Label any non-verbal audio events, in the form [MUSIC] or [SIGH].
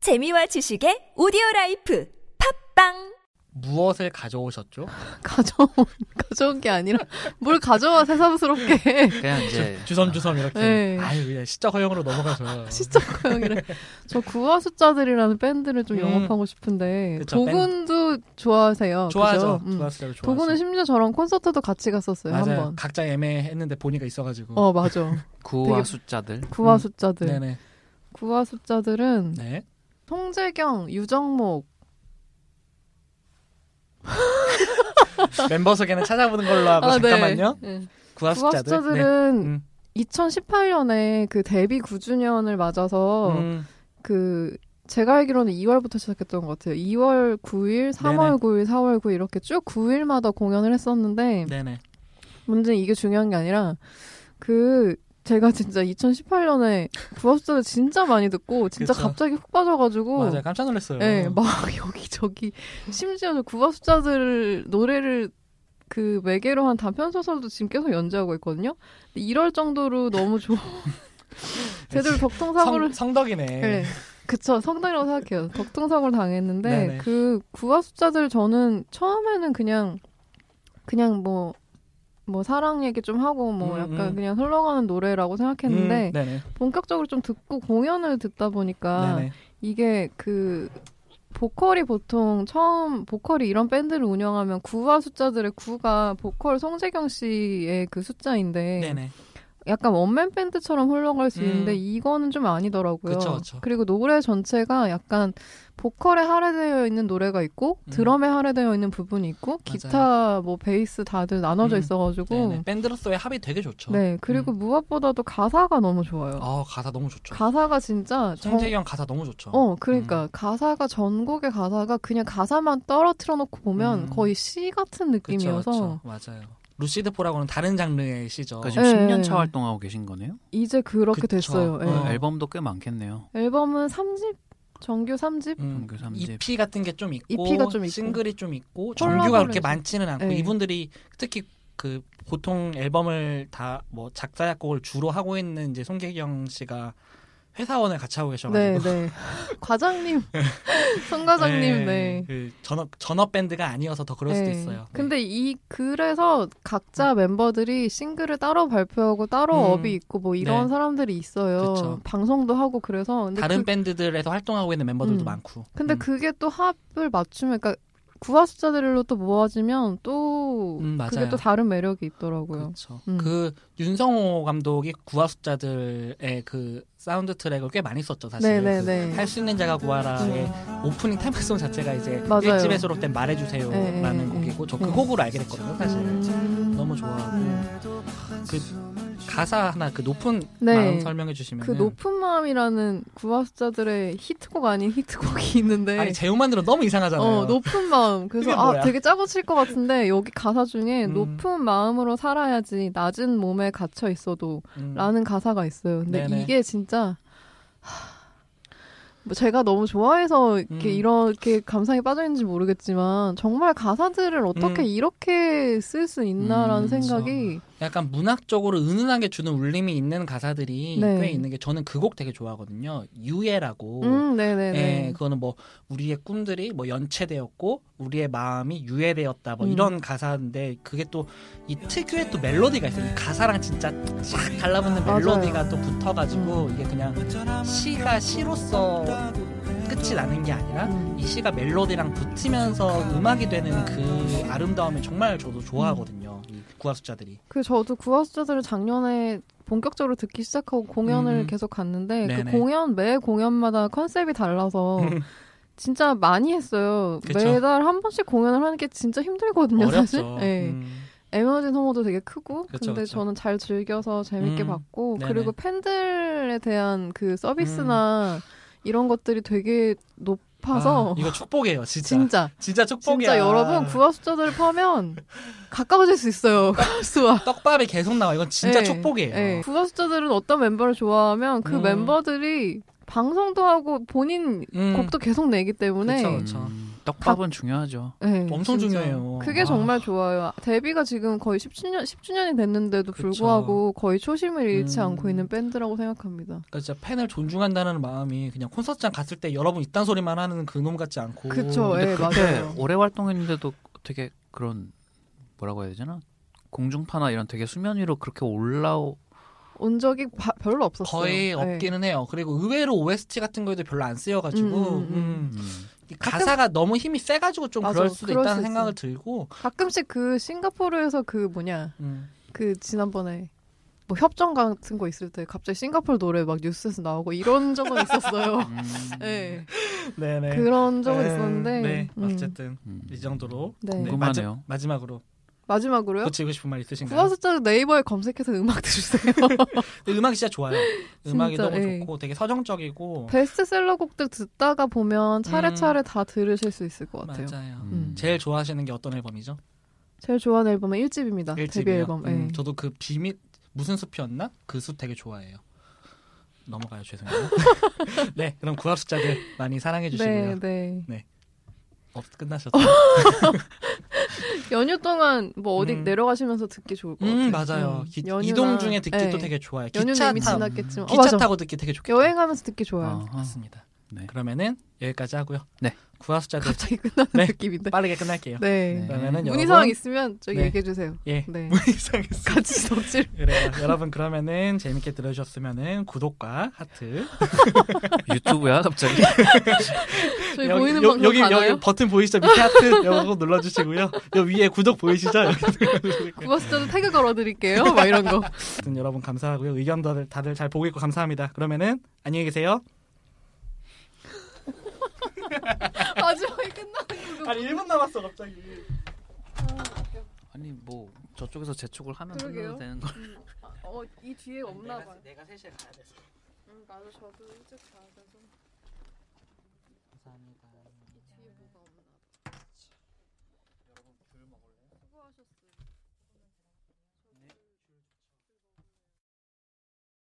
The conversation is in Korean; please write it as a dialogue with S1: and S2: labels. S1: 재미와 지식의 오디오 라이프 팝빵
S2: 무엇을 가져오셨죠?
S3: 가져온 [LAUGHS] 가져온 게 아니라 뭘 가져와 새삼스럽게 [LAUGHS]
S4: 그냥 이제
S2: 주섬주섬 이렇게.
S3: 네.
S2: 아유, 예, 시적 허용으로 넘어가죠.
S3: [LAUGHS] 시적 고양이래. 저 구화 숫자들이라는 밴드를 좀
S2: 음.
S3: 영업하고 싶은데
S2: 그쵸,
S3: 도군도 좋아하세요.
S2: 좋아하죠.
S3: 그죠? 음.
S2: 좋았어요. 좋아하죠.
S3: 도군은 심지어 저랑 콘서트도 같이 갔었어요
S2: 맞아요.
S3: 한 번.
S2: 각자 애매했는데 보니까 있어가지고.
S3: 어 맞아.
S4: 구와
S3: 되게-
S4: 숫자들
S3: 구화
S2: 음.
S3: 숫자들.
S2: 네네.
S3: 구화 숫자들은
S2: 네.
S3: 송재경, 유정목.
S2: 멤버 소개는 찾아보는 걸로 하고 잠깐만요.
S3: 네. 네.
S2: 구하
S3: 구화
S2: 숫자들. 네.
S3: 숫자들은
S2: 음.
S3: 2018년에 그 데뷔 9주년을 맞아서
S2: 음.
S3: 그 제가 알기로는 2월부터 시작했던 것 같아요. 2월 9일, 3월 9일, 4월 9일 이렇게 쭉 9일마다 공연을 했었는데
S2: 네네.
S3: 문제는 이게 중요한 게 아니라 그 제가 진짜 2018년에 구합수를 진짜 많이 듣고 진짜
S2: 그쵸.
S3: 갑자기 훅 빠져가지고
S2: 맞아요. 깜짝 놀랐어요.
S3: 예, 막 [LAUGHS] 여기저기 심지어 구합수자들 노래를 그 매개로 한 단편 소설도 지금 계속 연재하고 있거든요. 근데 이럴 정도로 너무
S2: [LAUGHS]
S3: 좋아. 제대로 덕통사고를
S2: 성, 성덕이네.
S3: 네. 그쵸. 성당이라고 생각해요. 덕통사고를 당했는데
S2: 네네.
S3: 그 구화 숫자들 저는 처음에는 그냥 그냥 뭐 뭐 사랑 얘기 좀 하고 뭐
S2: 음,
S3: 약간
S2: 음.
S3: 그냥 흘러가는 노래라고 생각했는데
S2: 음, 네네.
S3: 본격적으로 좀 듣고 공연을 듣다 보니까
S2: 네네.
S3: 이게 그 보컬이 보통 처음 보컬이 이런 밴드를 운영하면 구화 숫자들의 구가 보컬 송재경 씨의 그 숫자인데
S2: 네네.
S3: 약간 원맨 밴드처럼 흘러갈 수
S2: 음.
S3: 있는데 이거는 좀 아니더라고요.
S2: 그쵸, 그쵸.
S3: 리고 노래 전체가 약간 보컬에 할애되어 있는 노래가 있고
S2: 음.
S3: 드럼에 할애되어 있는 부분이 있고 기타 뭐 베이스 다들 나눠져
S2: 음.
S3: 있어가지고
S2: 네네. 밴드로서의 합이 되게 좋죠.
S3: 네 그리고 무엇보다도 가사가 너무 좋아요.
S2: 아 가사 너무 좋죠.
S3: 가사가 진짜 정-
S2: 송재경 가사 너무 좋죠. 음,
S3: 어 그러니까 가사가 전곡의 가사가 그냥 가사만 떨어뜨려 놓고 보면
S2: 음.
S3: 거의 시 같은
S2: 그쵸,
S3: 느낌이어서
S2: 그쵸. 맞아요. 루시드 포라고는 다른 장르의 시죠.
S4: 그러니까 지금
S3: 예.
S4: 10년 차 활동하고 계신 거네요.
S3: 이제 그렇게
S2: 그쵸.
S3: 됐어요. 예.
S2: 어.
S4: 앨범도 꽤 많겠네요.
S3: 앨범은 3집 정규 3집
S2: 음,
S4: 정규 3집.
S2: EP 같은 게 좀 있고,
S3: EP 가좀 있고.
S2: 싱글이 좀 있고, 정규가
S3: 콜라보레이션.
S2: 그렇게 많지는 않고
S3: 네.
S2: 이분들이 특히 그 보통 앨범을 다 뭐 작사 작곡을 주로 하고 있는 이제 송혜경 씨가 회사원을 같이 하고 네.
S3: 네,
S2: 계셔가지고
S3: 네. 과장님,
S2: [LAUGHS]
S3: 송 과장님, 네.
S2: 그 전업 전업 밴드가 아니어서 더 그럴 수도
S3: 네.
S2: 있어요.
S3: 근데 이 그래서 각자 멤버들이 싱글을 따로 발표하고 따로
S2: 음.
S3: 업이 있고 뭐 이런
S2: 네.
S3: 사람들이 있어요.
S2: 그쵸.
S3: 방송도 하고 그래서 근데
S2: 다른
S3: 그,
S2: 밴드들에서 활동하고 있는 멤버들도
S3: 음.
S2: 많고.
S3: 근데
S2: 음.
S3: 그게 또 합을 맞추면 그러니까 구화 숫자들로 또 모아지면 또
S2: 음, 맞아요.
S3: 그게 또 다른 매력이 있더라고요.
S2: 그렇죠.
S3: 음.
S2: 그 윤성호 감독이 구화 숫자들의 그 사운드 트랙을 꽤 많이 썼죠, 사실.
S3: 네, 네,
S2: 그
S3: 네. 음.
S2: 할 수 있는 자가 구하라의 오프닝 테마송 자체가 이제
S3: 맞아요.
S2: 일집에 수록된 말해주세요라는
S3: 네, 네,
S2: 곡이고 저 그
S3: 네.
S2: 곡으로 알게 됐거든요 그 사실
S3: 음.
S2: 너무 좋아하고 그 가사 하나 그 높은
S3: 네.
S2: 마음 설명해 주시면
S3: 그 높은 마음이라는 구화 숫자들의 히트곡 아닌 히트곡이 있는데
S2: 아니 제목만 들어 너무 이상하잖아요
S3: 어,
S2: [LAUGHS]
S3: 높은 마음. 그래서
S2: 그게
S3: 아,
S2: 뭐야?
S3: 되게 짜고칠 것 같은데 여기 가사 중에
S2: 음.
S3: 높은 마음으로 살아야지 낮은 몸에 갇혀 있어도
S2: 음.
S3: 라는 가사가 있어요. 근데
S2: 네네.
S3: 이게 진짜 하, 뭐 제가 너무 좋아해서 이렇게
S2: 음.
S3: 이렇게 감상에 빠져있는지 모르겠지만 정말 가사들을 어떻게
S2: 음.
S3: 이렇게 쓸 수 있나라는
S4: 음,
S3: 생각이
S2: 약간 문학적으로 은은하게 주는 울림이 있는 가사들이
S3: 네.
S2: 꽤 있는 게 저는 그 곡 되게 좋아하거든요 유예라고
S3: 음,
S2: 예,
S3: 네네네.
S2: 그거는 뭐 우리의 꿈들이 뭐 연체되었고 우리의 마음이 유예되었다 뭐
S3: 음.
S2: 이런 가사인데 그게 또 이 특유의 또 멜로디가 있어요. 이 가사랑 진짜 쫙 달라붙는
S3: 맞아요. 음.
S2: 멜로디가 또 붙어가지고 이게 그냥 시가 시로서 끝이 나는 게 아니라
S3: 음.
S2: 이 시가 멜로디랑 붙으면서 음악이 되는 그 아름다움이 정말 저도 좋아하거든요.
S3: 음.
S2: 이 구하숫자들이.
S3: 그 저도 구하수자들을 작년에 본격적으로 듣기 시작하고 공연을
S2: 음.
S3: 계속 갔는데
S2: 네네.
S3: 그 공연 매 공연마다 컨셉이
S2: [LAUGHS]
S3: 달라서 진짜 많이 했어요.
S2: 그쵸.
S3: 매달 한 번씩 공연을 하는 게 진짜 힘들거든요, 사실.
S2: 어렵죠.
S3: 네.
S2: 음.
S3: 에너지 소모도 되게 크고
S2: 그쵸,
S3: 근데
S2: 그쵸.
S3: 저는 잘 즐겨서 재밌게
S2: 음.
S3: 봤고
S2: 네네.
S3: 그리고 팬들에 대한 그 서비스나 이런 것들이 되게
S2: 음.
S3: 높아서
S2: 아, 이거 축복이에요, 진짜. 진짜,
S3: 진짜
S2: 축복이야.
S3: 진짜 여러분 구하수자들을 파면 가까워질 수
S2: [LAUGHS]
S3: 있어요. 가수와.
S2: 떡밥이 계속 나와. 이건 진짜
S3: 예,
S2: 축복이에요.
S3: 예. 구가수자들은 어떤 멤버를 좋아하면 그
S2: 음.
S3: 멤버들이 방송도 하고 본인
S2: 음.
S3: 곡도 계속 내기 때문에
S2: 그쵸. 그렇죠.
S4: 음. 떡밥은 중요하죠.
S3: 네,
S2: 엄청
S3: 진짜.
S2: 중요해요.
S3: 그게
S4: 아.
S3: 정말 좋아요. 데뷔가 지금 거의 17년 10주년이 됐는데도
S2: 그쵸.
S3: 불구하고 거의 초심을 잃지
S2: 음.
S3: 않고 있는 밴드라고 생각합니다.
S2: 그러니까 진짜 팬을 존중한다는 마음이 그냥 콘서트장 갔을 때 여러분 이딴 소리만 하는 그놈 같지 않고 음,
S3: 그쵸, 예,
S4: 근데 그렇게
S3: 맞아요.
S4: 오래 활동했는데도 되게 그런 뭐라고 해야 되나 공중파나 이런 되게 수면 위로 그렇게 올라오
S3: 온 적이 바- 별로 없었어요.
S2: 거의
S3: 네.
S2: 없기는 해요. 그리고 의외로 OST 같은 거에도 별로 안 쓰여가지고
S3: 음, 음,
S2: 음,
S4: 음.
S2: 이 가사가 너무 힘이 세가지고 좀
S3: 맞아,
S2: 그럴 수도
S3: 그럴
S2: 있다는
S3: 수
S2: 생각을 들고
S3: 가끔씩 그 싱가포르에서 그 뭐냐
S2: 음,
S3: 그 지난번에 뭐 협정 같은 거 있을 때 갑자기 싱가포르 노래 막 뉴스에서 나오고 이런 적은
S4: 음,
S2: [LAUGHS]
S3: 있었어요. 네.
S2: 네네
S3: 그런 적은
S2: 음,
S3: 있었는데
S2: 네
S3: 음.
S2: 어쨌든
S4: 음.
S2: 이 정도로
S3: 네.
S4: 궁금하네요.
S2: 마지, 막으로
S3: 마지막으로요.
S2: 붙이고 싶은 말 있으신가요?
S3: 구화숫자 네이버에 검색해서 음악
S2: [LAUGHS]
S3: [LAUGHS] 들으세요.
S2: 근데 음악이 진짜 좋아요. 음악이
S3: [LAUGHS] 진짜,
S2: 너무
S3: 예. 음.
S2: 좋고 되게 서정적이고
S3: 베스트셀러 곡들 듣다가 보면 차례차례 다 들으실 수 있을 것 같아요.
S2: 음. 맞아요.
S3: 음.
S2: 제일 좋아하시는 게 어떤 앨범이죠?
S3: 제일 좋아하는 앨범은 1집입니다. 데뷔
S2: 일집이요.
S3: 앨범.
S2: 음,
S3: 예.
S2: 저도 그 비밀 무슨 숲이었나? 그 숲 되게 좋아해요. 넘어가요
S3: [LAUGHS]
S2: 죄송해요. 네 그럼 구합 숫자들 많이 사랑해 주시고요.
S3: 네, 네.
S2: 없 끝나셨어요.
S3: 연휴 동안 뭐 어디
S2: 음.
S3: 내려가시면서 듣기 좋을 것
S2: 음
S3: 같아요.
S2: 맞아요.
S3: 음,
S2: 기-
S3: 연휴나-
S2: 이동 중에 듣기도
S3: 예.
S2: 되게 좋아요. 기차
S3: 연휴는 이미
S2: 타
S3: 지났겠지만 어,
S2: 기차
S3: 맞아.
S2: 타고 어, 듣기 되게 좋겠다.
S3: 여행하면서 듣기 좋아요.
S4: 아하.
S2: 맞습니다.
S4: 네.
S2: 그러면은 여기까지 하고요.
S4: 네.
S2: 구합 숫자들
S3: [LAUGHS] [LAUGHS] 갑자기 끝나는
S2: 네.
S3: 느낌인데.
S2: 빠르게 끝날게요.
S3: 네.
S2: 그러면은
S3: 문의
S2: 여러분-
S3: 사항 있으면 저기
S2: 네.
S3: 얘기해 주세요.
S2: 예.
S3: 네.
S2: 문이 이상했어.
S3: 같이 [LAUGHS] 덕질.
S2: 그래요. 여러분 그러면은 재밌게 들으셨으면은 구독과 하트
S3: [LAUGHS]
S4: 유튜브야 갑자기
S3: 저희 보이는
S2: 여-
S3: 방송
S2: 여기
S3: 가나요?
S2: 여기 버튼 보이시죠? 밑에 하트 [LAUGHS] 요거 눌러주시고요. 여 위에 구독 보이시죠? 여기 눌러주시고요.
S3: 구화숫자도 태그 걸어드릴게요. 막 이런 거.
S2: 아무튼 여러분 감사하고요. 의견 다들 다들 잘 보고 있고 감사합니다. 그러면은 안녕히 계세요.
S3: [LAUGHS] 마지막에 끝나는 거.
S2: 아니 1분 남았어 갑자기.
S4: 아니 뭐 저쪽에서 재촉을 하면
S3: 그러게요.
S4: 끝나도 되는 거
S3: 어, 이 뒤에 없나 봐요.
S2: 내가 3시에 가야 돼서.
S3: 응, 나도 저도 일찍 가야 돼서.
S2: 감사합니다.
S3: 뒤에 뭐가 없나 봐. 여러분, 귤 먹을래요? 수고하셨어요.